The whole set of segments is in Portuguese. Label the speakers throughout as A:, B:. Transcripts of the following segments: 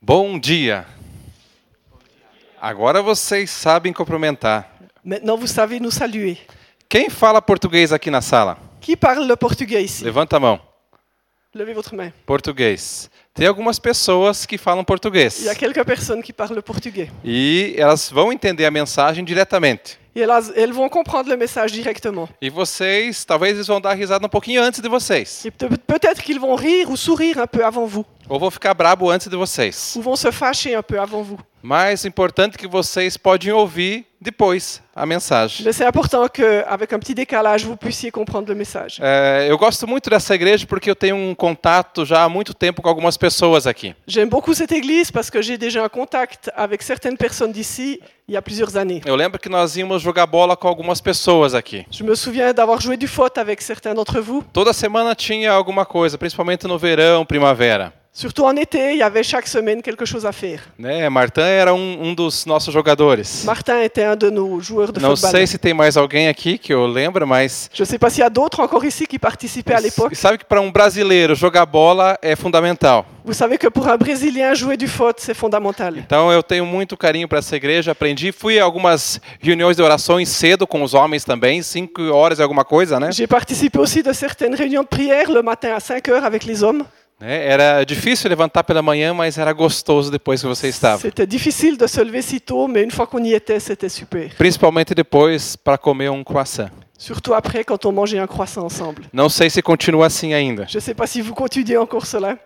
A: Bom dia. Agora vocês sabem cumprimentar.
B: Maintenant, vous savez nous saluer.
A: Quem fala português aqui na sala?
B: Qui parle le portugais ici
A: Levanta a mão.
B: Levez votre main.
A: Português. Tem algumas pessoas que falam português.
B: Il y a quelques personnes qui parlent le portugais.
A: E elas vão entender a mensagem diretamente.
B: Et elles, elles vont comprendre le message directement.
A: E vocês, talvez eles vão dar risada um pouquinho antes de vocês.
B: Et peut- Peut-être qu'ils vão rire ou sourire un peu avant vous,
A: Ou vão ficar brabo antes de vocês.
B: ou vont se fâcher un peu avant vous.
A: Mas o importante é que vocês podem ouvir depois a mensagem.
B: Mais c'est important qu'avec un petit décalage, vous puissiez comprendre le message.
A: É, eu gosto muito dessa igreja porque eu tenho um contato já há muito tempo com algumas pessoas aqui.
B: J'aime beaucoup cette église parce que j'ai déjà un contact avec certaines personnes d'ici il y a plusieurs années.
A: Eu lembro que nós íamos jogar bola com algumas pessoas aqui.
B: Je me souviens d'avoir joué du foot avec certains d'entre vous.
A: Toda semana tinha alguma coisa, principalmente no verão, primavera.
B: Surtout en été, il y avait chaque semaine quelque chose à faire.
A: Né? Martin era um, um dos nossos jogadores.
B: Martin était un de nos joueurs de
A: Não
B: football.
A: sei se tem mais alguém aqui que eu lembro, mas.
B: Je ne sais pas s'il y a d'autres encore ici qui participaient à l'époque.
A: Sabe que para um brasileiro jogar bola é fundamental.
B: Vous savez que pour un Brésilien, jouer du foot, c'est fondamental.
A: Então eu tenho muito carinho para essa igreja, aprendi, fui a algumas reuniões de orações cedo com os homens também, cinco horas e alguma coisa, né?
B: J'ai participé aussi de certaines réunions de prière le matin à 5 heures avec les hommes.
A: Né? Era difícil levantar pela manhã, mas era gostoso depois que você estava.
B: C'était difficile de se lever si tôt, mais une fois qu'on y était, c'était super.
A: Principalmente depois para comer um croissant.
B: Surtout après quand on mangeait un croissant ensemble.
A: Não sei se continua assim ainda.
B: Je ne sais pas si vous continuez encore cela.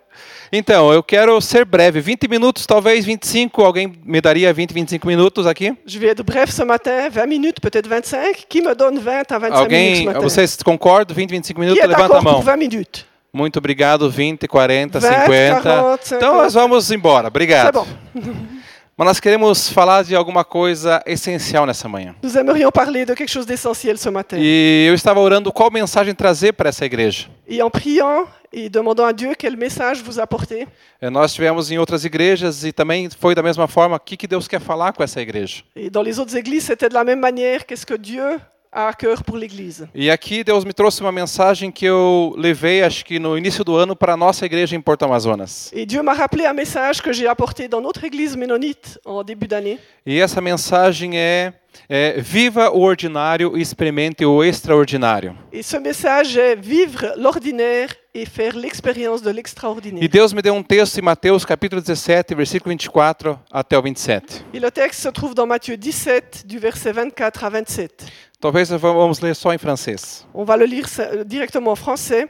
A: Então, eu quero ser breve, 20 minutos, talvez 25, alguém me daria 20, 25 minutos aqui?
B: Je vais être bref ce matin, 20 minutes, peut-être 25. Qui me donne 20 à 25 minutes
A: Alguém,
B: ce matin
A: vocês concordam? 20, 25
B: Qui
A: minutos,
B: est
A: levanta a
B: d'accord
A: mão.
B: pour 20 minutes
A: Muito obrigado, 20, 40,
B: 20,
A: 50.
B: 40, 50.
A: Então nós vamos embora,
B: C'est
A: obrigado.
B: bon.
A: Mas nós queremos falar de alguma coisa essencial nessa manhã.
B: Nous aimerions parler de quelque chose d'essentiel ce matin.
A: E eu estava orando qual mensagem trazer para essa igreja.
B: Et en priant et demandant à Dieu quel message vous apportez,
A: Eh, Nós tivemos em outras igrejas e também foi da mesma forma. O que, que Deus quer falar com essa igreja?
B: et dans les autres églises, c'était de la même manière, qu'est-ce que Dieu a à cœur pour l'Église.
A: E aqui Deus me trouxe uma mensagem que eu levei, acho que no início do ano, para a nossa igreja em Porto Amazonas.
B: Et Dieu m'a rappelé un message que j'ai apporté dans notre Église ménonite en début d'année.
A: E essa mensagem é, é Viva o ordinário e experimente o extraordinário.
B: Et ce message est vivre l'ordinaire et faire l'expérience de
A: E
B: l'extraordinaire.
A: Deus me deu um texto em Mateus capítulo 17, versículo 24 até o 27.
B: Et le texte se trouve dans Matthieu 17, du verset 24 à 27.
A: Talvez nós vamos ler só em francês.
B: On va le lire euh, directement en français.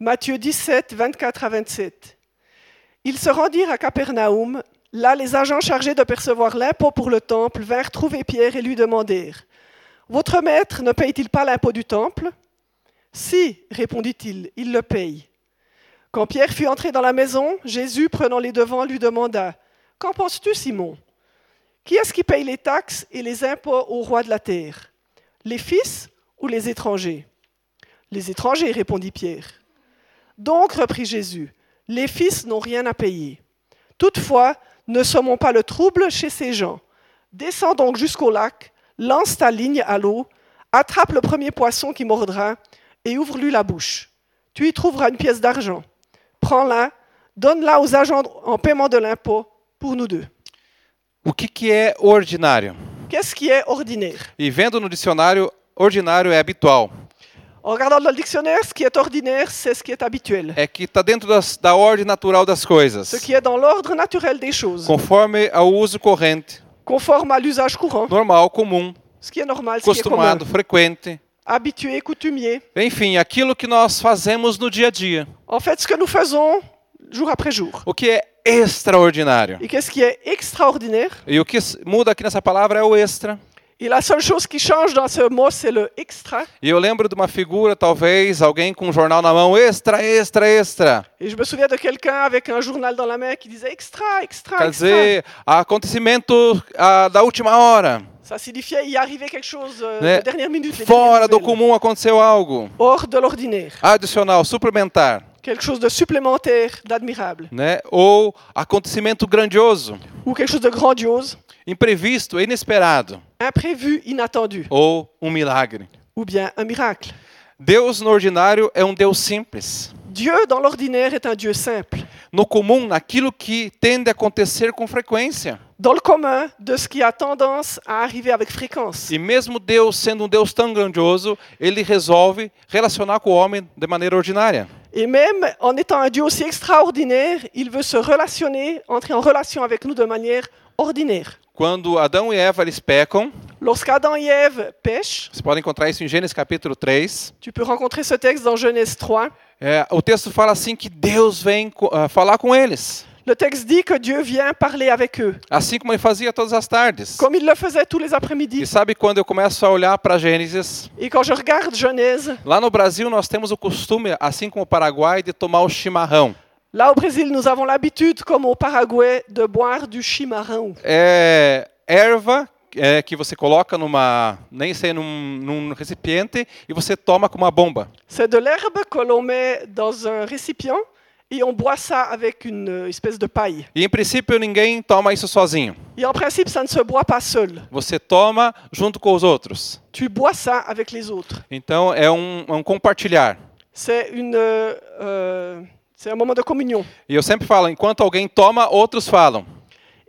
B: Matthieu 17, 24 à 27. Ils se rendirent à Capernaum. Là, les agents chargés de percevoir l'impôt pour le temple vinrent trouver Pierre et lui demandèrent Votre maître ne paye-t-il pas l'impôt du temple Si, répondit-il, il le paye. Quand Pierre fut entré dans la maison, Jésus, prenant les devants, lui demanda Qu'en penses-tu, Simon Qui est-ce qui paye les taxes et les impôts au roi de la terre Les fils ou les étrangers Les étrangers, répondit Pierre. Donc, reprit Jésus, les fils n'ont rien à payer. Toutefois, ne sommons pas le trouble chez ces gens. Descends donc jusqu'au lac, lance ta ligne à l'eau, attrape le premier poisson qui mordra et ouvre-lui la bouche. Tu y trouveras une pièce d'argent. Prends-la, donne-la aux agents en paiement de l'impôt pour nous deux.
A: O que, que é ordinário?
B: Qu'est-ce qui est ordinaire
A: E vendo no dicionário, ordinário é habitual.
B: En regardant dans le dictionnaire, ce qui est ordinaire, c'est ce qui est habituel,
A: É que está dentro das, da ordem natural das coisas,
B: ce qui est dans l'ordre naturel des choses,
A: conforme ao uso corrente,
B: conforme à l'usage courant,
A: normal, comum,
B: ce qui est normal, ce qui est commun,
A: costumado, frequente.
B: habitué, coutumier.
A: Enfim, aquilo que nós fazemos no dia a dia.
B: En fait, ce que nous faisons jour après jour.
A: O que é extraordinário.
B: Et qu'est-ce qui est extraordinaire
A: E o que s- muda aqui nessa palavra é o extra.
B: Et la seule chose qui change dans ce mot, c'est le extra.
A: E eu lembro de uma figura, talvez, alguém com um jornal na mão, extra, extra, extra.
B: Et je me souviens de quelqu'un avec un journal dans la main qui disait extra, extra,
A: Quer
B: Ah, extra.
A: dizer, acontecimento ah, da última hora.
B: Ça signifiait y arrivait quelque chose euh,
A: Mais
B: de dernière minute. les
A: Fora
B: dernières
A: do
B: nouvelles.
A: comum aconteceu algo.
B: Hors de l'ordinaire.
A: Adicional, suplementar.
B: Quelque chose de supplémentaire, d'admirable.
A: Né? Ou acontecimento grandioso,
B: Ou quelque chose de grandiose,
A: imprevisto, inesperado.
B: imprévu, inattendu.
A: Ou um milagre.
B: Ou bien un miracle.
A: Deus no ordinário é um Deus simples.
B: Dieu, dans l'ordinaire, est un Dieu simple,
A: no comum, naquilo que tende a acontecer com frequência.
B: dans le commun de ce qui a tendance à arriver avec fréquence.
A: E mesmo Deus sendo um Deus tão grandioso, ele resolve relacionar com o homem de maneira ordinária.
B: Et même en étant un Dieu aussi extraordinaire, il veut se relationner, entrer en relation avec nous de manière ordinaire.
A: Quando Adão e Eva eles pecam,
B: Lorsqu'Adam et Ève pêchent,
A: você pode encontrar isso em Gênesis capítulo 3.
B: tu peux rencontrer ce texte dans Genèse 3,
A: é, o texto fala assim que Deus vem co- ah, falar com eles,
B: le texte dit que Dieu vient parler avec eux,
A: assim como ele fazia todas as tardes.
B: comme il le faisait tous les
A: E
B: après-midi.
A: sabe quando eu começo a olhar para Gênesis?
B: Et quand je regarde Genèse,
A: Lá no Brasil nós temos o costume, assim como o Paraguai, de tomar o chimarrão.
B: là au Brésil, nous avons l'habitude, comme au Paraguay, de boire du chimarrão.
A: É erva é, que você coloca numa, nem sei, num, num recipiente e você toma com uma bomba.
B: C'est de l'herbe que l'on met dans un récipient et on boit ça avec une euh, espèce de paille.
A: E em princípio ninguém toma isso sozinho.
B: Et en principe, ça ne se boit pas seul.
A: Você toma junto com os outros.
B: Tu bois ça avec les autres.
A: Então é um, é um compartilhar.
B: C'est une, euh, euh, c'est un moment de communion.
A: E eu sempre falo, enquanto alguém toma, outros falam.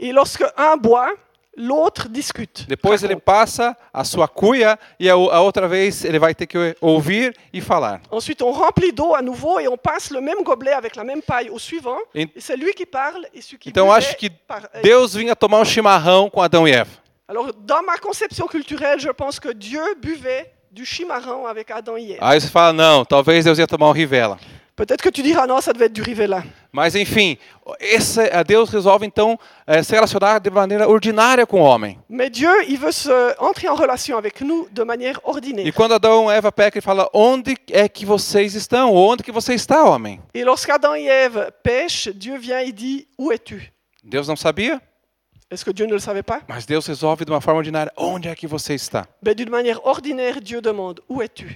B: Et lorsque un boit, l'autre discute.
A: Depois ele
B: Raconte. passa.
A: passa a sua cuia e a, o- a outra vez ele vai ter que ouvir e falar.
B: Ensuite, on remplit d'eau à nouveau et on passe le même gobelet avec la même paille au suivant.
A: Et-
B: Et c'est lui qui parle et celui qui
A: Então eu
B: buvait
A: acho que
B: par- euh,
A: Deus vinha tomar um chimarrão com Adão e Eva.
B: Alors, dans ma conception culturelle, je pense que Dieu buvait du chimarrão avec Adam hier.
A: Aí você fala, não, talvez Deus ia tomar um Rivela.
B: Peut-être que tu diras non, ça devait être du Rivella.
A: Mas enfim, esse, a Deus resolve então eh, se relacionar de maneira ordinária com o homem.
B: Mais Dieu, il veut se entrer en relation avec nous de manière ordinaire.
A: E quando Adão e Eva pecam, ele fala, onde é que vocês estão? Onde que você está, homem?
B: Et lorsqu'Adam et Ève pêchent, Dieu vient et dit Où es-tu
A: Deus não sabia,
B: Est-ce que Dieu ne le savait pas
A: mas Deus resolve de uma forma ordinária, onde é que você está?
B: Mais D'une manière ordinaire, Dieu demande Où es-tu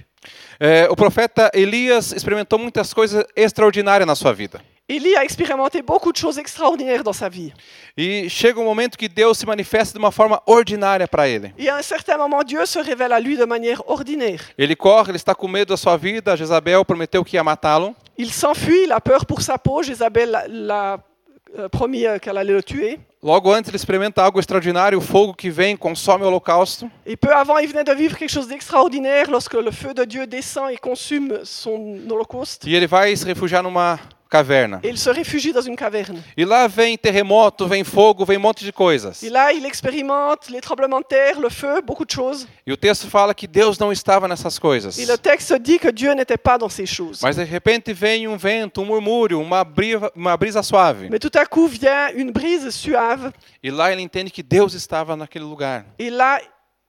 A: É, o profeta Elias experimentou muitas coisas extraordinárias na sua vida.
B: Élie a expérimenté beaucoup de choses extraordinaires dans sa vie.
A: E chega um momento que Deus se manifesta de uma forma ordinária para ele.
B: Et à un certain moment, Dieu se révèle à lui de manière ordinaire.
A: Ele corre, ele está com medo da sua vida. Jezabel prometeu que ia matá-lo.
B: Il s'enfuit, il a peur pour sa peau. Jézabel l'a- l'a euh, promis euh, qu'elle allait le tuer.
A: Logo antes, ele experimenta algo extraordinário: o fogo que vem consome o holocausto.
B: Et peu avant, il venait de vivre quelque chose d'extraordinaire lorsque le feu de Dieu descend et consume son holocauste.
A: E ele vai se refugiar numa caverna.
B: Et il se réfugie dans une caverne.
A: E lá vem terremoto, vem fogo, vem um monte de coisas.
B: Et là, il expérimente les tremblements de terre, le feu, beaucoup de choses.
A: E o texto fala que Deus não estava nessas coisas.
B: Et le texte dit que Dieu n'était pas dans ces choses.
A: Mas de repente vem um vento, um murmúrio, uma brisa, uma brisa suave.
B: Mais tout à coup vient une brise suave.
A: E lá ele entende que Deus estava naquele lugar.
B: Et là,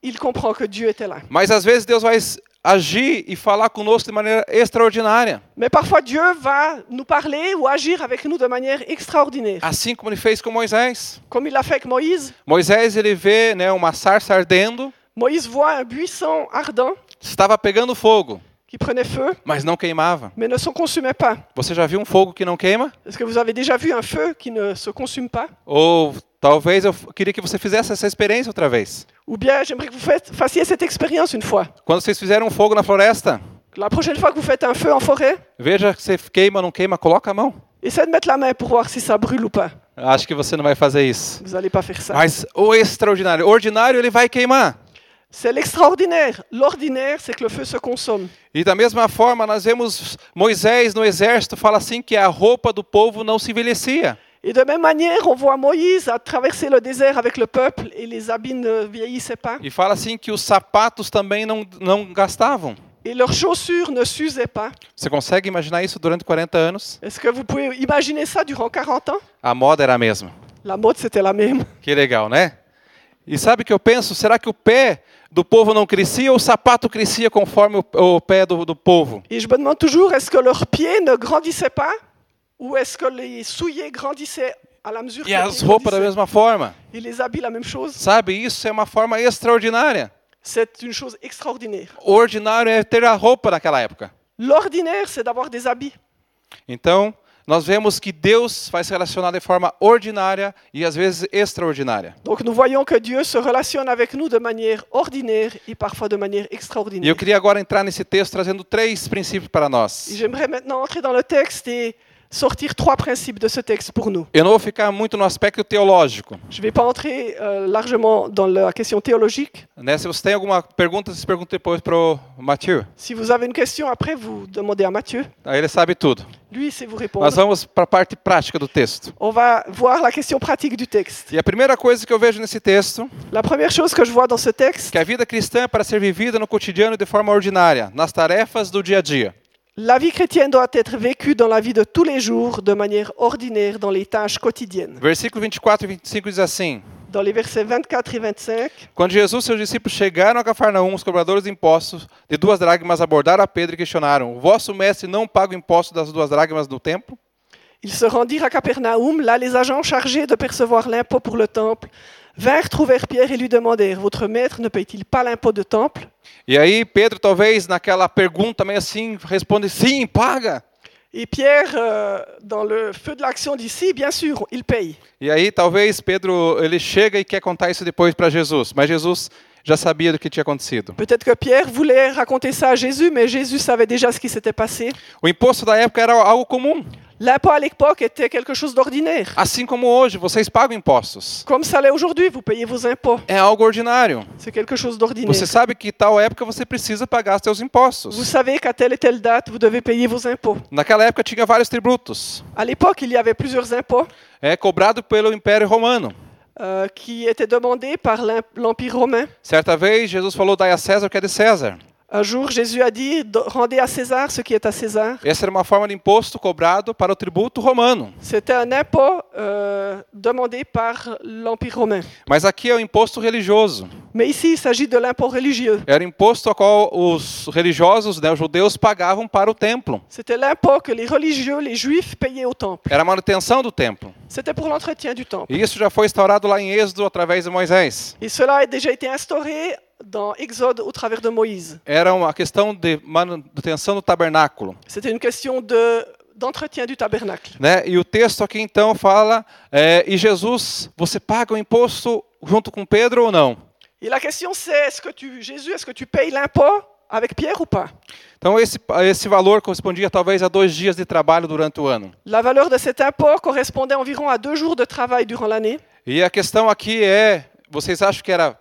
B: il comprend que Dieu était là.
A: Mas às vezes Deus vai agir e falar conosco de maneira extraordinária,
B: Mais parfois, Dieu va nous parler ou agir avec nous de manière extraordinaire.
A: assim como ele fez com Moisés.
B: Comme il l'a fait avec Moïse.
A: Moisés ele vê, né, uma sarça ardendo,
B: Moïse voit un buisson ardent
A: estava pegando fogo,
B: qui prenait feu,
A: mas não queimava.
B: mais ne se consumait pas.
A: Você já viu um fogo que não queima?
B: Est-ce que vous avez déjà vu un feu qui ne se consume pas
A: Ou talvez eu f- queria que você fizesse essa experiência outra vez.
B: Ou bien, j'aimerais que vous faites- fassiez cette expérience une fois.
A: Quando vocês fizeram um fogo na floresta,
B: La prochaine fois que vous faites un feu en forêt,
A: veja se queima ou não queima, coloca a mão.
B: essayez de mettre la main pour voir si ça brûle ou pas.
A: Acho que você não vai fazer isso.
B: Vous n'allez pas faire ça.
A: Mas o extraordinário, o ordinário ele vai queimar.
B: C'est l'extraordinaire. L'ordinaire, c'est que le feu se consomme.
A: E da mesma forma, nós vemos Moisés no exército fala assim que a roupa do povo não se envelhecia.
B: Et de même manière, on voit Moïse à traverser le désert avec le peuple et les habits ne vieillissaient pas
A: E fala assim que os sapatos também não, não gastavam.
B: et leurs chaussures ne s'usaient pas.
A: Você consegue imaginar isso durante 40 anos?
B: Est-ce que vous pouvez imaginer ça durant 40 ans
A: A moda era a mesma.
B: La mode, c'était la même.
A: Que legal, né? E sabe o que eu penso? Será que o pé do povo não crescia ou o sapato crescia conforme o, o pé do, do povo?
B: Et je me demande toujours, est-ce que leurs pieds ne grandissaient pas ou est-ce que les souliers grandissaient à la mesure
A: E
B: que
A: as
B: les
A: roupas da
B: grandissaient
A: mesma forma?
B: et les habits la même chose
A: Sabe, isso é uma forma extraordinária.
B: C'est une chose extraordinaire.
A: O ordinário é ter a roupa naquela época.
B: L'ordinaire, c'est d'avoir des habits.
A: Então, nós vemos que Deus vai se relacionar de forma ordinária e às vezes extraordinária.
B: Donc nous voyons que Dieu se relationne avec nous de manière ordinaire et parfois de manière
A: E eu
B: extraordinaire.
A: queria agora entrar nesse texto trazendo três princípios para
B: Et
A: nós.
B: J'aimerais maintenant entrer dans le texte et sortir trois principes de ce texte pour nous.
A: Eu não vou ficar muito no aspecto teológico.
B: Je ne vais pas entrer euh, largement dans la question théologique.
A: Né? Se você tem alguma pergunta, se pergunta depois para o Mathieu.
B: Si vous avez une question après, vous demandez à Matthieu.
A: Aí ele sabe tudo.
B: Lui, c'est vous
A: Nós
B: répondre.
A: vamos para a parte prática do texto.
B: On va voir la question pratique du texte.
A: E a primeira coisa que eu vejo nesse texto
B: La première chose que je vois dans ce texte,
A: que a vida cristã é para ser vivida no cotidiano de forma ordinária, nas tarefas do dia a dia.
B: la vie chrétienne doit être vécue dans la vie de tous les jours de manière ordinaire dans les tâches quotidiennes.
A: Versículo 24 e 25 diz assim:
B: Dans les versets 24 et 25,
A: Quando Jesus e seus discípulos chegaram a Cafarnaum, os cobradores de impostos de duas dracmas abordaram a Pedro e questionaram: O vosso mestre não paga o imposto das duas dracmas no templo?
B: ils se rendirent à Capernaum. Là, les agents chargés de percevoir l'impôt pour le temple vinrent trouver Pierre et lui demandèrent Votre maître ne paye-t-il pas l'impôt de temple
A: E aí Pedro, talvez naquela pergunta meio assim, responde: Sim, paga.
B: Et Pierre, euh, dans le feu de l'action d'ici, bien sûr, il paye.
A: E aí talvez Pedro ele chega e quer contar isso depois para Jesus, mas Jesus já sabia do que tinha acontecido.
B: Peut-être que Pierre voulait raconter ça à Jésus, mais Jésus savait déjà ce qui s'était passé.
A: O imposto da época era algo comum,
B: L'impôt à l'époque était quelque chose d'ordinaire.
A: assim como hoje vocês pagam impostos.
B: Comme ça l'est aujourd'hui, vous payez vos impôts.
A: É algo ordinário.
B: C'est quelque chose
A: Você
B: d'ordinaire.
A: sabe que tal época você precisa pagar seus
B: Vous
A: impostos.
B: savez qu'à telle et telle date, vous devez payer vos impôts.
A: Naquela época tinha vários tributos.
B: À l'époque, il y avait plusieurs impôts
A: é cobrado pelo Império Romano.
B: euh, qui étaient demandés par l'im- l'Empire romain.
A: Certa vez, Jesus falou: Dai a César o que é de César.
B: Un jour, Jésus a dit Do- Rendez à César ce qui est à César.
A: Essa era uma forma de imposto cobrado para o tributo romano.
B: C'était un impôt euh, demandé par l'Empire romain.
A: Mas aqui é o imposto religioso.
B: Mais ici, il s'agit de l'impôt religieux.
A: Era o imposto ao qual os religiosos, né, os judeus, pagavam para o templo.
B: C'était l'impôt que les religieux, les juifs, payaient au temple.
A: Era a manutenção do templo.
B: C'était pour l'entretien du temple.
A: E isso já foi instaurado lá em Êxodo através de Moisés.
B: Et cela a déjà été instauré dans Exode au travers de Moïse.
A: Era uma questão de manutenção do tabernáculo.
B: C'était une question de d'entretien du tabernacle.
A: Né? E o texto aqui então fala: é, E Jesus, você paga o imposto junto com Pedro ou não?
B: Et la question c'est est-ce que tu Jésus est-ce que tu payes l'impôt avec Pierre ou pas
A: Então esse, esse valor correspondia talvez a dois dias de trabalho durante o ano.
B: La valeur de cet impôt correspondait environ à deux jours de travail durant l'année.
A: E a questão aqui é, vocês acham que era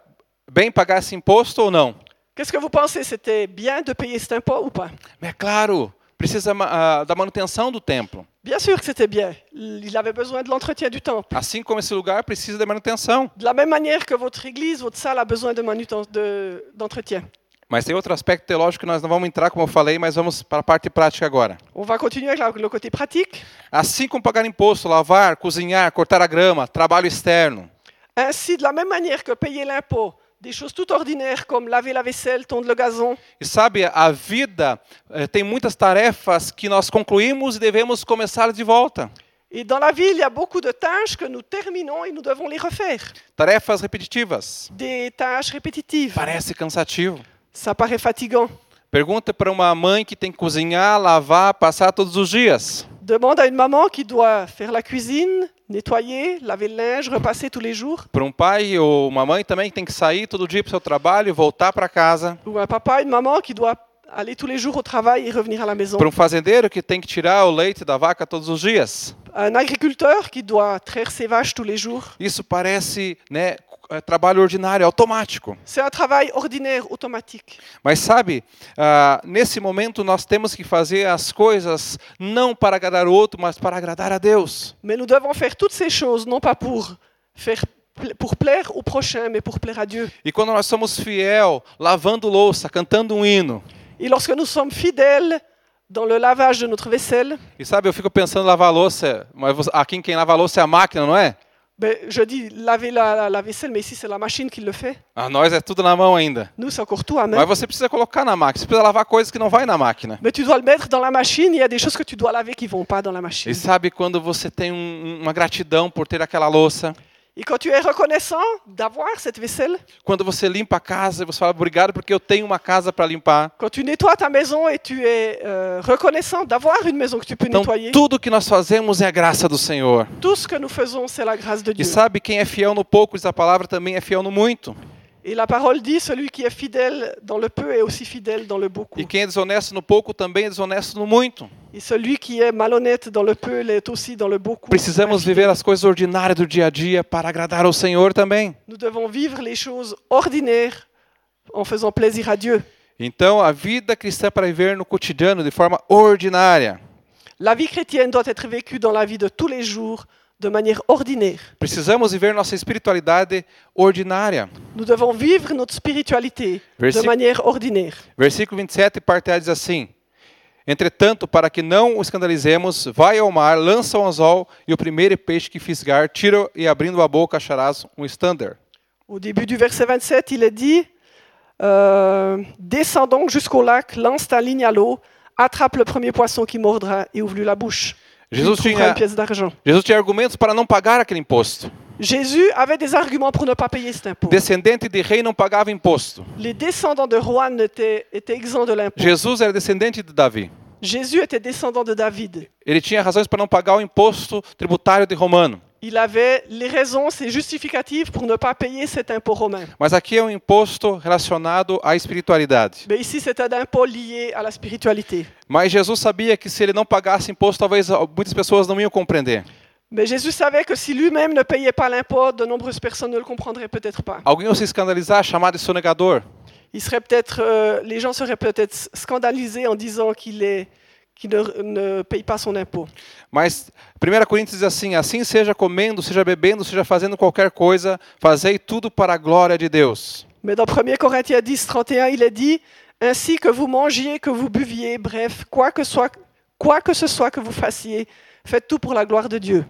A: bem pagar esse imposto ou não?
B: Qu'est-ce que vous pensez C'était bien de payer cet impôt ou pas
A: É claro, precisa ma- ah, da manutenção do templo.
B: Bien sûr que c'était bien. Il avait besoin de l'entretien du temple.
A: Assim como esse lugar precisa de manutenção.
B: De la même manière que votre église, votre salle a besoin de manuten- de- d'entretien.
A: Mas tem outro aspecto teológico que nós não vamos entrar, como eu falei, mas vamos para a parte prática agora.
B: On va continuer avec la- le côté pratique.
A: Assim como pagar imposto, lavar, cozinhar, cortar a grama, trabalho externo.
B: Ainsi, de la même manière que payer l'impôt, des choses tout ordinaires comme laver la vaisselle, tondre le gazon,
A: E sabe, a vida eh, tem muitas tarefas que nós concluímos e devemos começar de volta.
B: et dans la vie, il y a beaucoup de tâches que nous terminons et nous devons les refaire.
A: Tarefas repetitivas.
B: Des tâches répétitives.
A: Parece cansativo.
B: Ça paraît fatigant.
A: Pergunta para uma mãe que tem que cozinhar, lavar, passar todos os dias.
B: Demande à une maman qui doit faire la cuisine, nettoyer, laver le linge, repasser tous les jours,
A: Para um pai ou uma mãe também que tem que sair todo dia para o seu trabalho e voltar para casa.
B: ou un papa, une maman qui doit aller tous les jours au travail et revenir à la maison,
A: Para um fazendeiro que tem que tirar o leite da vaca todos os dias.
B: un agriculteur qui doit traire ses vaches tous les jours.
A: Isso parece né, é trabalho ordinário, automático.
B: C'est un travail ordinaire, automatique.
A: Mas sabe, ah, nesse momento nós temos que fazer as coisas não para agradar o outro, mas para agradar a Deus.
B: Mais nous devons faire toutes ces choses, non pas pour, faire, pla- pour plaire au prochain, mais pour plaire à Dieu.
A: E quando nós somos fiel, lavando louça, cantando um hino,
B: Et lorsque nous sommes fidèles dans le lavage de notre vaisselle,
A: E sabe, eu fico pensando em lavar a louça, mas você- aqui quem lava a louça é a máquina, não é?
B: ben, je dis laver la, la- la vaisselle, mais ici c'est la machine qui le fait.
A: A nós é tudo na mão ainda.
B: Nous, c'est encore tout à main.
A: Mas você precisa colocar na máquina, você precisa lavar coisas que não vai na máquina.
B: Mais tu dois le mettre dans la machine, il y a des choses que tu dois laver qui vont pas dans la machine.
A: um, E sabe quando você tem um- uma gratidão por ter aquela louça?
B: Et quand tu es reconnaissant d'avoir cette vaisselle,
A: Quando você limpa a casa, você fala obrigado porque eu tenho uma casa para limpar.
B: quand tu nettoies ta maison et tu es euh, reconnaissant d'avoir une maison que tu peux
A: Então,
B: nettoyer,
A: tudo que nós fazemos é a graça do Senhor.
B: tout ce que nous faisons, c'est la grâce de
A: E
B: Dieu.
A: sabe quem é fiel no pouco, diz a palavra, também é fiel no muito.
B: Et la parole dit, celui qui est fidèle dans le peu est aussi fidèle dans le beaucoup.
A: E quem é desonesto no pouco também é desonesto no muito.
B: Et celui qui est malhonnête dans le peu l'est aussi dans le beaucoup.
A: Precisamos viver as coisas ordinárias do dia a dia para agradar ao Senhor também.
B: Nous devons vivre les choses ordinaires en faisant plaisir à Dieu.
A: Então, a vida cristã é para viver no cotidiano de forma ordinária.
B: La vie chrétienne doit être vécue dans la vie de tous les jours de manière ordinaire.
A: Precisamos viver nossa espiritualidade ordinária.
B: Nous devons vivre notre spiritualité de
A: Versi-
B: manière ordinaire.
A: Versículo 27, parte A diz assim: Entretanto, para que não o escandalizemos, vai ao mar, lança o anzol, e o primeiro peixe que fisgar, tira e abrindo a boca acharás um standard.
B: Au début du verset 27, il est dit euh, Descends donc jusqu'au lac, lance ta ligne à l'eau, attrape le premier poisson qui mordra et ouvre-lui la bouche. Tu
A: Jesus
B: trouveras une
A: tinha,
B: pièce d'argent.
A: Jesus tinha argumentos para não pagar aquele imposto.
B: Jésus avait des arguments pour ne pas payer cet impôt.
A: Descendente de rei não pagava imposto.
B: Les descendants de Juan étaient, étaient exempts de l'impôt.
A: Jesus era descendente de Davi.
B: Jésus était descendant de David.
A: Ele tinha razões para não pagar o imposto tributário de romano.
B: Il avait les raisons, ses justificatives pour ne pas payer cet impôt romain.
A: Mas aqui é um imposto relacionado à espiritualidade.
B: Mais ici, c'est un impôt lié à la spiritualité.
A: Mas Jesus sabia que se ele não pagasse imposto, talvez muitas pessoas não iam compreender.
B: Mais Jésus savait que si lui-même ne payait pas l'impôt, de nombreuses personnes ne le comprendraient peut-être pas.
A: Alguém ia se escandalizar, chamar de sonegador.
B: Il serait peut-être, euh, les gens seraient peut-être scandalisés en disant qu'il est, qu'il ne, ne paye pas son impôt.
A: Mas 1 Coríntios diz assim: assim seja comendo, seja bebendo, seja fazendo qualquer coisa, fazei tudo para a glória de Deus.
B: Mais dans 1 Corinthiens 10, 31, il est dit Ainsi que vous mangiez, que vous buviez, bref, quoi que, soit, quoi que ce soit que vous fassiez, faites tout pour la gloire de Dieu.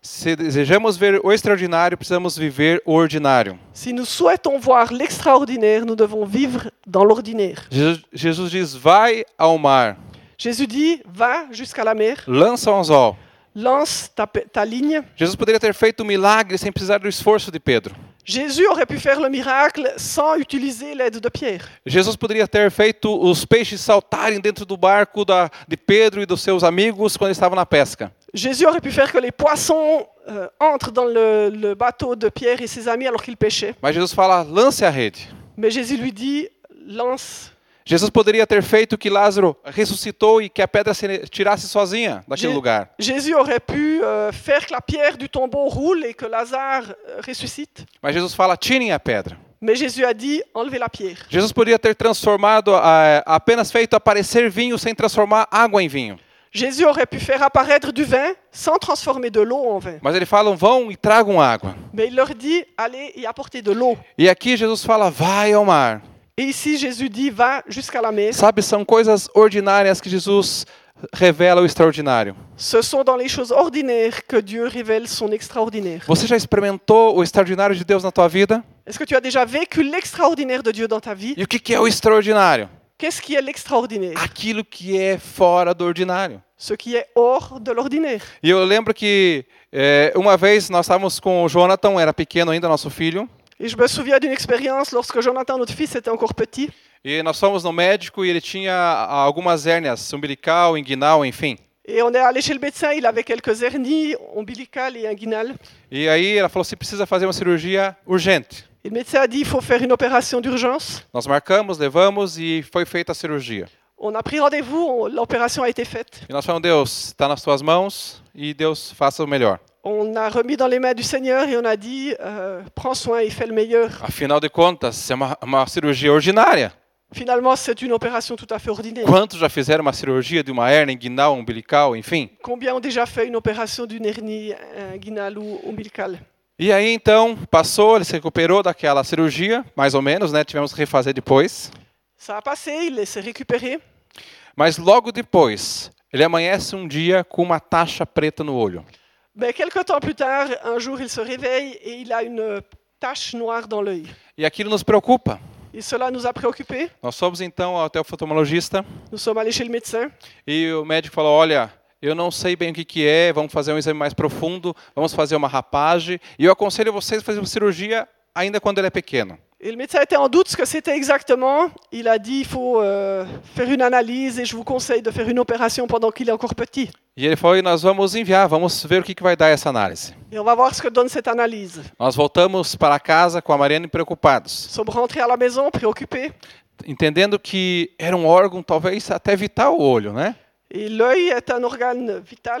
A: Se desejamos ver o extraordinário, precisamos viver o ordinário.
B: Si nous souhaitons voir l'extraordinaire, nous devons vivre dans l'ordinaire.
A: Jesus, Jesus diz: vai ao mar,
B: Jésus dit Va jusqu'à la mer,
A: lança o anzol.
B: lance ta, pe- ta ligne.
A: Jesus poderia ter feito um milagre sem precisar do esforço de Pedro.
B: Jésus aurait pu faire le miracle sans utiliser l'aide de Pierre.
A: Jesus poderia ter feito os peixes saltarem dentro do barco da, de Pedro e dos seus amigos quando estavam na pesca.
B: Jésus aurait pu faire que les poissons euh, entrent dans le, le bateau de Pierre et ses amis alors qu'ils pêchaient.
A: Mas Jesus fala: lance a rede.
B: Mais Jésus lui dit Lance
A: Jesus poderia ter feito que Lázaro ressuscitou e que a pedra se tirasse sozinha daquele
B: Je-
A: lugar.
B: Jésus aurait pu euh, faire que la pierre du tombeau roule et que Lazare euh, ressuscite.
A: Mas Jesus fala: tirem a pedra.
B: Mais Jésus a dit enlevez la pierre.
A: Jesus poderia ter transformado, eh, apenas feito aparecer vinho sem transformar água em vinho.
B: Jésus aurait pu faire apparaître du vin sans transformer de l'eau en vin.
A: Mas ele fala: vão e tragam água.
B: Mais il leur dit allez et apportez de l'eau.
A: E aqui Jesus fala: vai ao mar.
B: Et ici Jésus dit va jusqu'à la mer.
A: Sabe, são coisas ordinárias que Jesus revela o extraordinário.
B: Ce sont dans les choses ordinaires que Dieu révèle son extraordinaire.
A: Você já experimentou o extraordinário de Deus na tua vida?
B: Est-ce que tu as déjà vécu l'extraordinaire de Dieu dans ta vie
A: E o que que é o extraordinário?
B: Qu'est-ce qui est l'extraordinaire
A: Aquilo que é fora do ordinário.
B: Ce qui est hors de l'ordinaire.
A: E eu lembro que eh, uma vez nós estávamos com o Jonathan, era pequeno ainda, nosso filho,
B: Et je me souviens d'une expérience lorsque Jonathan, notre fils, était encore petit.
A: e nós fomos no médico e ele tinha ah, algumas hérnias, umbilical, inguinal, enfim.
B: Et on est allé chez le médecin, il avait quelques hernies ombilicales et inguinales.
A: E aí ela falou, você precisa fazer uma cirurgia urgente.
B: Et le médecin a dit il faut faire une opération d'urgence.
A: Nós marcamos, levamos e foi feita a cirurgia.
B: On a pris rendez-vous, on- l'opération a été faite.
A: E nós falamos, Deus, está nas tuas mãos e Deus faça o melhor.
B: On a remis dans les mains du Seigneur et on a dit euh, prends soin et fais le meilleur.
A: Afinal de contas, é uma, uma cirurgia ordinária.
B: Finalement, c'est une opération tout à fait ordinaire.
A: Quantos já fizeram uma cirurgia de uma hérnia inguinal, umbilical, enfim?
B: Combien ont déjà fait une opération d'une hernie inguinale ou ombilicale
A: E aí então passou, ele se recuperou daquela cirurgia, mais ou menos, né? Tivemos que refazer depois.
B: Ça a passé, il s'est récupéré.
A: Mas logo depois, ele amanhece um dia com uma taxa preta no olho.
B: Mais quelques Ben, temps plus tard, un jour, il se réveille et il a une euh, tache noire dans l'œil.
A: E aquilo nos preocupa.
B: Et cela nous a préoccupés.
A: Nós fomos então até o oftalmologista
B: Nous sommes allés chez le médecin.
A: e o médico falou: "Olha, eu não sei bem o que, que é, vamos fazer um exame mais profundo, vamos fazer uma rapagem. E eu aconselho vocês a fazer uma cirurgia ainda quando ele é pequeno.
B: Et le médecin était en doute ce que c'était exactement. Il a dit il faut euh, faire une analyse et je vous conseille de faire une opération pendant qu'il est encore petit.
A: E ele falou: e nós vamos enviar, vamos ver o que, que vai dar essa análise.
B: Et on va voir ce que donne cette analyse.
A: Nós voltamos para casa com a Mariane preocupados,
B: Nous sommes rentrés à la maison préoccupés
A: entendendo que era um órgão talvez até vital o olho, né?
B: et l'œil est un organe vital.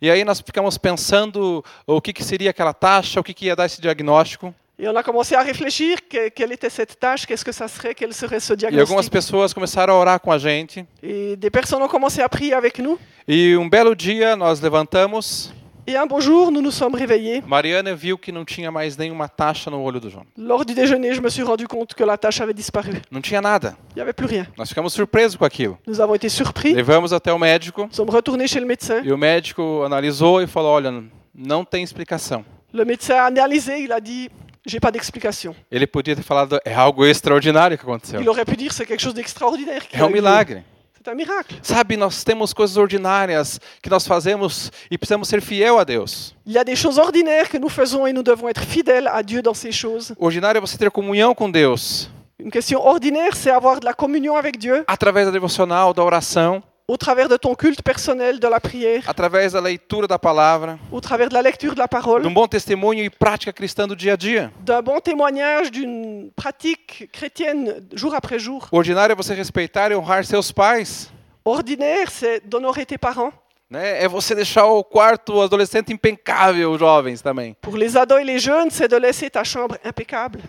A: E aí nós ficamos pensando o que, que seria aquela taxa, o que, que ia dar esse diagnóstico.
B: Et on a commencé à réfléchir que- quelle était cette tâche, qu'est-ce que ça serait, quel serait ce
A: E algumas
B: diagnostic.
A: pessoas começaram a orar com a gente.
B: Et des personnes ont commencé à prier avec nous.
A: E um belo dia nós levantamos.
B: Et un beau jour, nous nous sommes réveillés.
A: Mariana viu que não tinha mais nenhuma taxa no olho do João.
B: Lors du déjeuner, je me suis rendu compte que la tâche avait disparu.
A: Não tinha nada.
B: Il n'y avait plus rien.
A: Nós ficamos surpresos com aquilo.
B: Nous avons été surpris.
A: Levamos até o médico
B: Nous sommes retournés chez le médecin.
A: e o médico analisou e falou: olha, não tem explicação.
B: Le médecin a analysé, il a dit J'ai pas d'explication.
A: Ele podia ter falado: é algo extraordinário que aconteceu.
B: Il aurait pu dire C'est quelque chose d'extraordinaire. qui
A: É um
B: a eu lieu.
A: milagre.
B: C'est un miracle.
A: Sabe, nós temos coisas ordinárias que nós fazemos e precisamos ser fiel a Deus.
B: Il y a des choses ordinaires que nous faisons et nous devons être fidèles à Dieu dans ces choses.
A: Ordinário é você ter comunhão com Deus
B: Une question ordinaire, c'est avoir de la communion avec Dieu
A: através da devocional, da oração,
B: au travers de ton culte personnel, de la prière,
A: através da leitura da palavra,
B: au travers de la lecture de la
A: de
B: parole,
A: um bom testemunho e prática cristã do dia a dia.
B: d'un bon témoignage, d'une pratique chrétienne jour après jour.
A: Ordinário é você respeitar e honrar seus pais.
B: Ordinaire, c'est d'honorer tes parents.
A: Né? É você deixar o quarto adolescente impecável, jovens também.
B: Pour les ados et les jeunes, c'est de laisser ta chambre impeccable.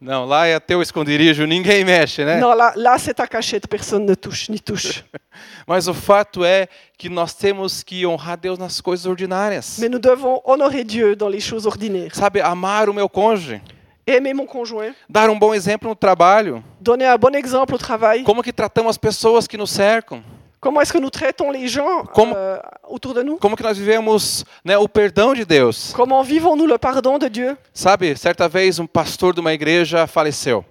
A: Não, lá é teu esconderijo, ninguém mexe, né?
B: Non, là, là c'est ta cachette, personne ne touche ni touche.
A: Mas o fato é que nós temos que honrar Deus nas coisas ordinárias.
B: Mais nous devons honorer Dieu dans les choses ordinaires.
A: Sabe, amar o meu cônjuge,
B: Aimer mon conjoint,
A: dar um bom exemplo no trabalho,
B: donner un bon exemple au travail.
A: como que tratamos as pessoas que nos cercam,
B: Comment est-ce que nous traitons les gens
A: Comment-
B: euh, autour de nous
A: como que nós vivemos né, o perdão de Deus.
B: Comment vivons-nous le pardon de Dieu
A: Sabe, certa vez um pastor de uma igreja faleceu.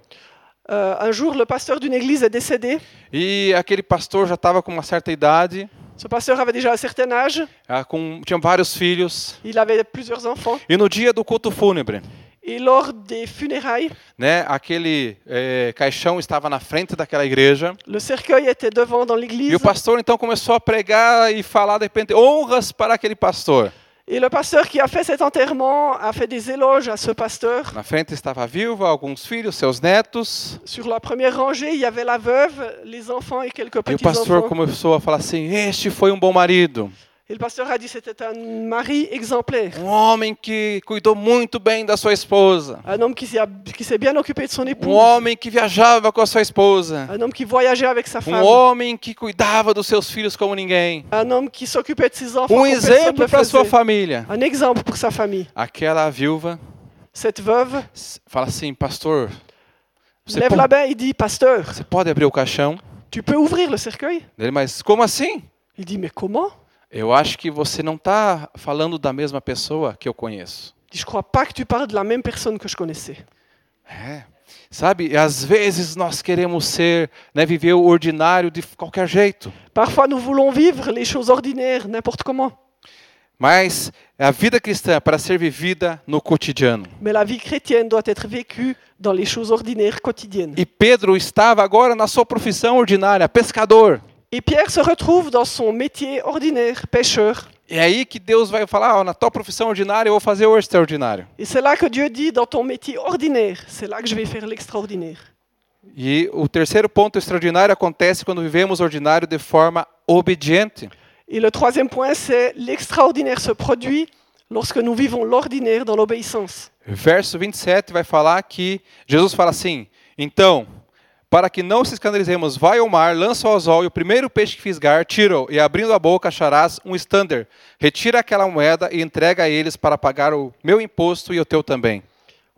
B: Euh, Un jour, le pasteur d'une église est décédé.
A: E aquele pastor já estava com uma certa idade,
B: Ce pasteur avait déjà un certain âge,
A: ah, com, tinha vários filhos.
B: il avait plusieurs enfants.
A: E no dia do culto fúnebre,
B: Et lors des funérailles,
A: né, aquele eh, caixão estava na frente daquela igreja.
B: le cercueil était devant dans
A: E
B: l'église.
A: o pastor então começou a pregar e falar de repente honras para aquele pastor.
B: Et le pasteur qui a fait cet enterrement a fait des éloges à ce pasteur.
A: Na frente estava a viúva, alguns filhos, seus netos.
B: Sur la première rangée, il y avait la veuve, les enfants et quelques
A: E o pastor
B: petits-enfants.
A: começou a falar assim: Este foi um bom marido,
B: Et le pasteur a dit c'était un mari exemplaire,
A: um homem que cuidou muito bem da sua esposa,
B: un homme qui s'est qui s'est bien occupé de son
A: um
B: épouse,
A: homem que viajava com a sua esposa,
B: un homme qui voyageait avec sa
A: um
B: femme,
A: homem que cuidava dos seus filhos como ninguém,
B: un homme qui s'occupait de ses enfants.
A: um
B: quand personne
A: exemplo
B: le
A: para
B: faisait.
A: sua família.
B: Un exemple pour sa famille.
A: Aquela viúva
B: Cette veuve
A: s- fala assim: Pastor, você,
B: lève
A: po-
B: la main et dit Pasteur,
A: você pode abrir o caixão?
B: tu peux ouvrir le cercueil
A: Ele, mas como assim?
B: Il dit Mais comment
A: Eu acho que você não está falando da mesma pessoa que eu conheço.
B: Il dit Je crois pas que tu parles de la même personne que je connaissais.
A: É. Sabe, e às vezes nós queremos ser, né, viver o ordinário de qualquer jeito.
B: Parfois, nous voulons vivre les choses ordinaires n'importe comment.
A: Mas a vida cristã é para ser vivida no cotidiano.
B: Mais la vie chrétienne doit être vécue dans les choses ordinaires quotidiennes.
A: E Pedro estava agora na sua profissão ordinária, pescador.
B: Et Pierre se retrouve dans son métier ordinaire, pêcheur.
A: É aí que Deus vai falar, ó, na tua profissão ordinária eu vou fazer o extraordinário.
B: Et c'est là que Dieu dit, dans ton métier ordinaire, c'est là que je vais faire l'extraordinaire.
A: E o terceiro ponto extraordinário acontece quando vivemos o ordinário de forma obediente.
B: Et le troisième point, c'est l'extraordinaire se produit lorsque nous vivons l'ordinaire dans l'obéissance.
A: Verso 27 vai falar que Jesus fala assim: Então, para que não se escandalizemos, vai ao mar, lança o anzol e o primeiro peixe que fisgar, tira-o, e abrindo a boca acharás um estander. Retira aquela moeda e entrega a eles para pagar o meu imposto e o teu também.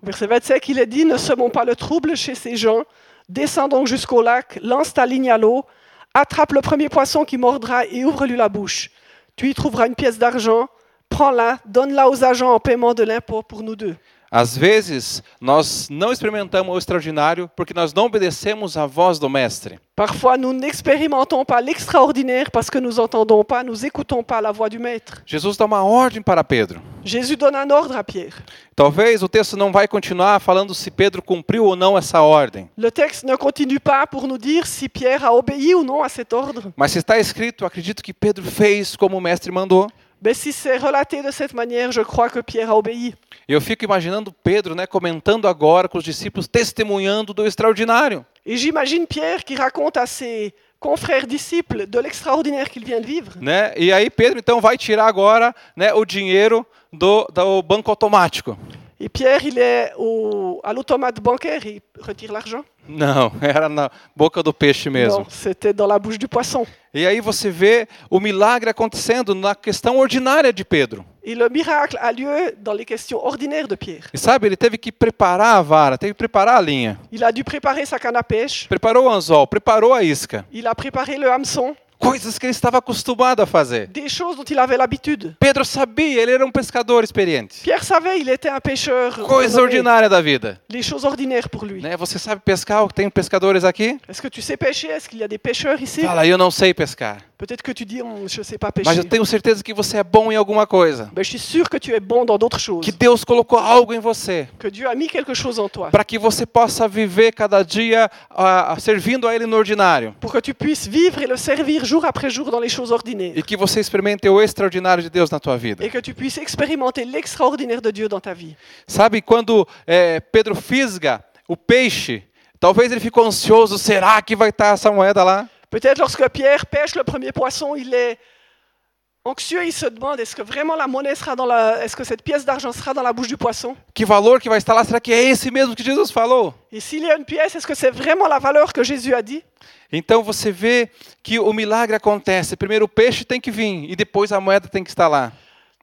B: Au verset 25, il est dit, ne semons pas le trouble chez ces gens, descends donc jusqu'au lac, lance ta ligne à l'eau, attrape le premier poisson qui mordra et ouvre-lui la bouche. Tu y trouveras une pièce d'argent, prends-la, donne-la aux agents en paiement de l'impôt pour nous deux.
A: Às vezes, nós não experimentamos o extraordinário porque nós não obedecemos à voz do Mestre.
B: Parfois, nous n'expérimentons pas l'extraordinaire parce que nous entendons pas, nous écoutons pas la voix du maître.
A: Jesus dá uma ordem para Pedro.
B: Jésus donne un ordre à Pierre.
A: Talvez o texto não vai continuar falando se Pedro cumpriu ou não essa ordem,
B: Le texte ne continue pas pour nous dire si Pierre a obéi ou non à cet ordre.
A: mas se está escrito, acredito que Pedro fez como o Mestre mandou.
B: Mais si c'est relaté de cette manière, je crois que Pierre a obéi.
A: E eu fico imaginando Pedro, né, comentando agora com os discípulos, testemunhando do extraordinário.
B: Et j'imagine Pierre qui raconte à ses confrères disciples de l'extraordinaire qu'il vient de vivre.
A: Né? E aí Pedro então vai tirar agora né, o dinheiro do, do banco automático.
B: Et Pierre, il est au, à l'automate bancaire, il retire l'argent.
A: Não, era na boca do peixe mesmo.
B: Non, c'était dans la bouche du poisson.
A: E aí você vê o milagre acontecendo na questão ordinária de Pedro.
B: Et le miracle a lieu dans les questions ordinaires de Pierre.
A: E sabe, ele teve que preparar a vara, teve que preparar a linha.
B: Il a dû préparer sa canne à pêche,
A: Preparou o anzol, preparou a isca.
B: il a préparé le hameçon,
A: Coisas que ele estava acostumado a fazer.
B: des choses dont il avait l'habitude.
A: Pedro sabia, ele era um pescador experiente.
B: Pierre savait, il était un pêcheur.
A: Coisa
B: renommé.
A: ordinária da vida.
B: Les choses ordinaires pour lui.
A: Né? Você sabe pescar? Tem pescadores aqui?
B: Est-ce que tu sais pêcher Est-ce qu'il y a des pêcheurs ici
A: Fala, eu não sei pescar.
B: Peut-être que tu dis, Hum, je ne sais pas pêcher.
A: Mas eu tenho certeza que você é bom em alguma coisa.
B: Ben, je suis sûr que tu es bon dans d'autres choses.
A: Que Deus colocou algo em você.
B: que Dieu a mis quelque chose en toi
A: Para que você possa viver cada dia ah, servindo a Ele no ordinário.
B: pour que tu puisses vivre et le servir jour après jour dans les choses ordinaires
A: e que você experimente o extraordinário de Deus na tua vida.
B: et que tu puisses expérimenter l'extraordinaire de Dieu dans ta vie.
A: Sabe quando eh, Pedro fisga o peixe, talvez ele ficou ansioso, será que vai estar essa moeda lá?
B: Peut-être lorsque Pierre pêche le premier poisson, il est anxieux, il se demande est-ce que vraiment la monnaie sera dans la est-ce que cette pièce d'argent sera dans la bouche du poisson
A: Que valor que vai estar lá? Será que é esse mesmo que Jesus falou?
B: Et s'il y a une pièce, est-ce que c'est vraiment la valeur que Jésus a dit
A: Então você vê que o milagre acontece. Primeiro o peixe tem que vir e depois a moeda tem que estar lá.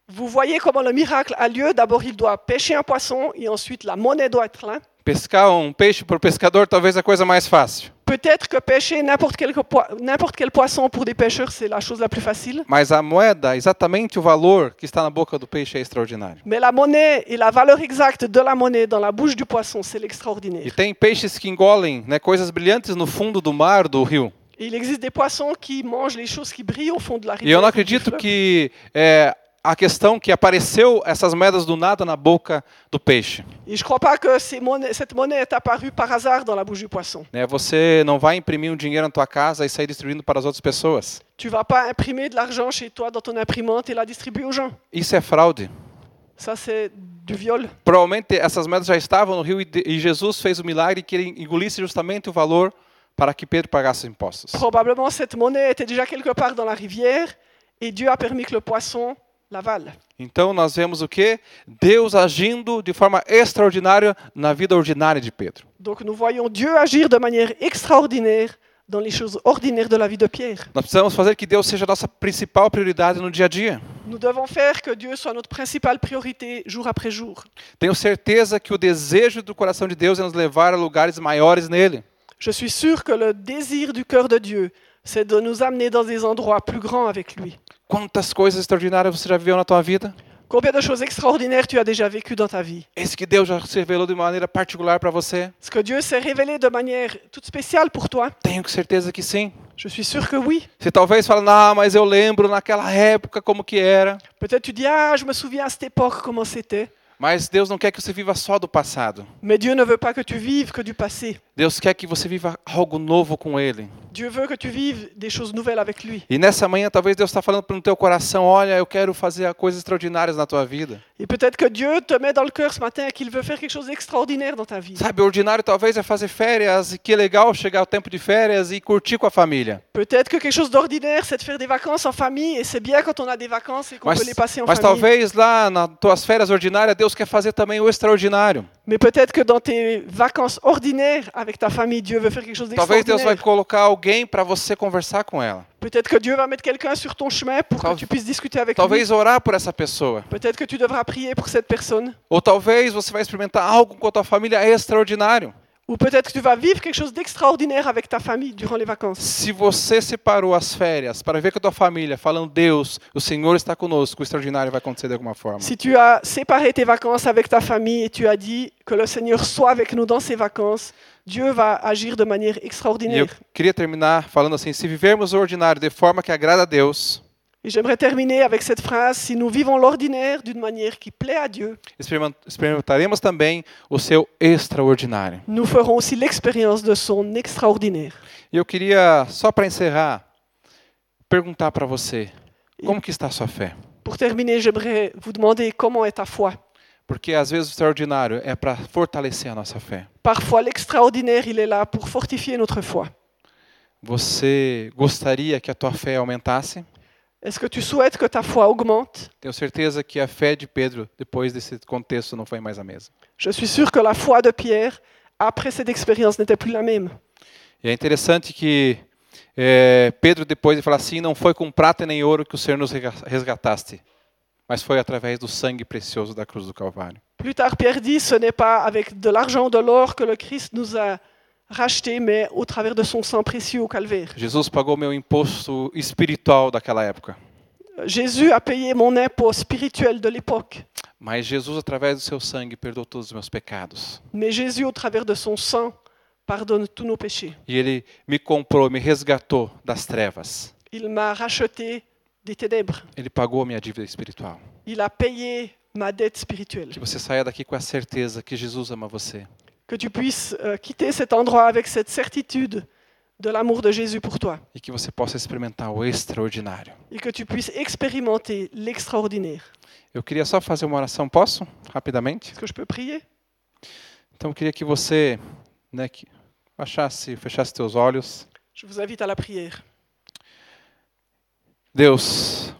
B: Vous voyez comment le miracle a lieu. D'abord, il doit pêcher un poisson et ensuite la monnaie doit être là.
A: Pescar um peixe para o pescador talvez é a coisa mais fácil.
B: Peut-être que pêcher n'importe quel, po- n'importe quel poisson pour des pêcheurs, c'est la chose la plus facile.
A: Mas a moeda, exatamente o valor que está na boca do peixe é extraordinário.
B: Mais la monnaie et la valeur exacte de la monnaie dans la bouche du poisson, c'est
A: E
B: l'extraordinaire.
A: tem peixes que engolem né, coisas brilhantes no fundo do mar, do rio.
B: Et il existe des poissons qui mangent les choses qui brillent au fond de la
A: E eu
B: rivière.
A: não
B: ou du
A: acredito
B: fleuve.
A: que é, a questão que apareceu essas moedas do nada na boca do peixe.
B: Et je ne crois pas que ces monnaies- cette monnaie est apparue par hasard dans la bouche du poisson.
A: né? Você não vai imprimir um dinheiro na tua casa e sair distribuindo para as outras pessoas.
B: Tu vas pas imprimer de l'argent chez toi dans ton imprimante et la distribuer aux gens.
A: Isso é fraude.
B: Ça, c'est du viol.
A: Provavelmente essas moedas já estavam no rio e, de- e Jesus fez o milagre que ele engolisse justamente o valor para que Pedro pagasse os impostos.
B: Probablement, cette monnaie était déjà quelque part dans la rivière et Dieu a permis que le poisson l'avale.
A: Então nós vemos o que? Deus agindo de forma extraordinária na vida ordinária de Pedro.
B: Donc nous voyons Dieu agir de manière extraordinaire dans les choses ordinaires de la vie de Pierre.
A: Nós precisamos fazer que Deus seja a nossa principal prioridade no dia a dia.
B: Nous devons faire que Dieu soit notre principale priorité jour après jour.
A: Tenho certeza que o desejo do coração de Deus é nos levar a lugares maiores nele.
B: Je suis sûr que le désir du cœur de Dieu, c'est de nous amener dans des endroits plus grands avec lui.
A: Quantas coisas extraordinárias você já viveu na tua vida?
B: Combien de choses extraordinaires tu as déjà vécues dans ta vie
A: Esse que Deus já se revelou de maneira particular para você?
B: Est-ce que Dieu s'est révélé de manière toute spéciale pour toi
A: Tenho certeza que sim.
B: Je suis sûr que oui.
A: Você talvez fale, ah, mas eu lembro naquela época como que era.
B: Peut-être tu dis Ah, je me souviens à cette époque comment c'était.
A: Mas Deus não quer que você viva só do passado.
B: Mais Dieu ne veut pas que tu vives que du passé.
A: Deus quer que você viva algo novo com Ele.
B: Dieu veut que tu vives des choses nouvelles avec lui.
A: E nessa manhã, talvez Deus está falando para o teu coração, olha, eu quero fazer coisas extraordinárias na tua vida.
B: Et peut-être que Dieu te met dans le cœur ce matin et qu'il veut faire quelque chose d'extraordinaire dans ta vie.
A: Sabe, o ordinário talvez é fazer férias e que legal chegar o tempo de férias e curtir com a família.
B: Peut-être que quelque chose d'ordinaire, c'est de faire des vacances en famille. Et c'est bien quand on a des vacances et qu'on
A: Mas,
B: peut les passer en
A: mas
B: famille.
A: talvez lá nas tuas férias ordinárias, Deus quer fazer também o extraordinário.
B: Mais peut-être que dans tes vacances ordinaires avec ta famille, Dieu veut faire quelque chose
A: Talvez Deus vai
B: d'extraordinaire.
A: colocar alguém para você conversar com ela.
B: Peut-être que Dieu va mettre quelqu'un sur ton chemin pour
A: Talve-
B: que tu puisses discuter avec lui.
A: Talvez orar por essa pessoa.
B: Peut-être que tu devras prier pour cette personne.
A: Ou talvez você vai experimentar algo com a tua família extraordinário.
B: Ou Ou peut-être que tu vas vivre quelque chose d'extraordinaire avec ta famille durant les vacances.
A: Se você separou as férias para ver com a tua família, falando Deus, o Senhor está conosco, o extraordinário vai acontecer de alguma forma.
B: Si tu as séparé tes vacances avec ta famille et tu as dit que le Seigneur soit avec nous dans ces vacances, Dieu va agir de manière
A: E eu
B: extraordinaire.
A: queria terminar falando assim: se vivermos o ordinário de forma que agrada a Deus,
B: Et j'aimerais terminer avec cette phrase, si nous vivons l'ordinaire d'une manière qui plaît à Dieu,
A: experimen- experimentaremos também o seu extraordinário.
B: nous ferons aussi l'expérience de son extraordinaire.
A: E eu queria, só para encerrar, perguntar para você: como que está a sua fé?
B: Pour terminer, j'aimerais vous demander comment est ta foi.
A: Porque às vezes o extraordinário é para fortalecer a nossa fé.
B: Parfois, l'extraordinaire, il est là pour fortifier notre foi.
A: Você gostaria que a tua fé aumentasse?
B: Est-ce que tu souhaites que ta foi augmente
A: Tenho certeza que a fé de Pedro, depois desse contexto, não foi mais a mesma.
B: Je suis sûr que la foi de Pierre, après cette expérience, n'était plus la même.
A: E é interessante que eh, Pedro depois ele fala assim: não foi com prata nem ouro que o Senhor nos rega- resgataste, mas foi através do sangue precioso da cruz do Calvário.
B: Plus tard, Pierre dit, ce n'est pas avec de l'argent ou de l'or que le Christ nous a rachetés, mais au travers de son sang précieux au calvaire.
A: Jesus pagou meu imposto espiritual daquela época,
B: Euh, Jésus a payé mon impôt spirituel de l'époque,
A: mas Jesus através do seu sangue perdoou todos os meus pecados.
B: mais Jésus, au travers de son sang, pardonne tous nos péchés.
A: E ele me comprou, me resgatou das trevas.
B: Il m'a racheté des ténèbres.
A: Ele pagou a minha dívida espiritual.
B: Il a payé ma dette spirituelle.
A: Que você saia daqui com a certeza que Jesus ama você.
B: Que tu puisses euh, quitter cet endroit avec cette certitude de l'amour de Jésus pour toi
A: e que você possa experimentar o extraordinário.
B: et que tu puisses expérimenter l'extraordinaire.
A: Eu queria só fazer uma oração, posso? Rapidamente.
B: Est-ce que je peux prier
A: Então eu queria que você, né, que achasse, fechasse teus olhos.
B: Je vous invite à la prière.
A: Deus,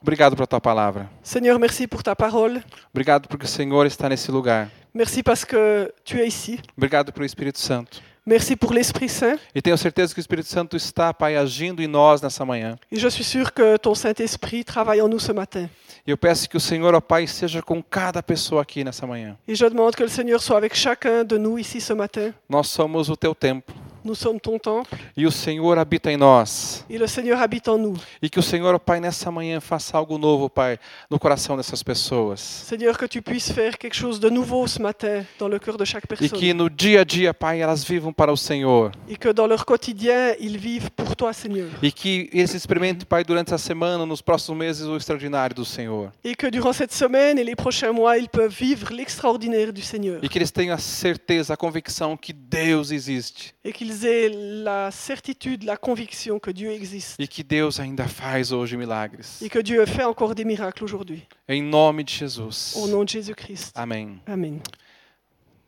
A: obrigado pela tua palavra.
B: Seigneur, merci pour ta parole.
A: Obrigado porque o Senhor está nesse lugar.
B: Merci parce que tu es ici.
A: Obrigado pelo Espírito Santo.
B: Merci pour l'Esprit Saint.
A: E tenho certeza que o Espírito Santo está, Pai, agindo em nós nessa manhã.
B: Et je suis sûr que ton Saint-Esprit travaille en nous ce matin.
A: E eu peço que o Senhor, ó Pai, seja com cada pessoa aqui nessa manhã.
B: Et je demande que le Seigneur soit avec chacun de nous ici ce matin.
A: Nós somos o teu templo
B: Nous sommes ton temple
A: e o Senhor habita em nós.
B: et le Seigneur habite en nous.
A: E que o Senhor, ó Pai, nessa manhã faça algo novo, Pai, no coração dessas pessoas.
B: Seigneur, que tu puisses faire quelque chose de nouveau ce matin dans le cœur de chaque
A: E
B: personne.
A: que no dia a dia, Pai, elas vivam para o Senhor.
B: et que dans leur quotidien, ils vivent pour toi, Seigneur.
A: E que eles experimentem, Pai, durante essa semana, nos próximos meses, o extraordinário do Senhor.
B: Et que durant cette semaine et les prochains mois, ils peuvent vivre l'extraordinaire du Seigneur.
A: E que eles tenham a certeza, a convicção que Deus existe.
B: Et qu'ils aient la certitude, la conviction que Dieu existe.
A: E que Deus ainda faz hoje milagres.
B: Et que Dieu fait encore des miracles aujourd'hui.
A: Em nome de Jesus.
B: Au nom de Jésus-Christ.
A: Amém.
B: Amen.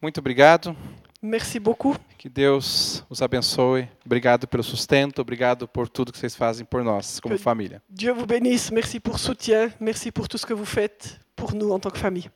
A: Muito obrigado.
B: Merci beaucoup.
A: Que Deus os abençoe. Obrigado pelo sustento. Obrigado por tudo que vocês fazem por nós, como
B: Que-
A: família.
B: Dieu vous bénisse. Merci pour soutien. Merci pour tout ce que vous faites pour nous en tant que famille.